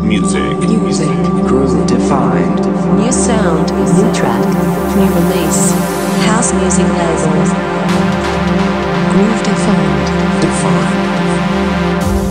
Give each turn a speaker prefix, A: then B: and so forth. A: Music.
B: Music.
C: Groove defined.
D: New sound, new track, new release. House music labels. Groove defined.
C: Defined.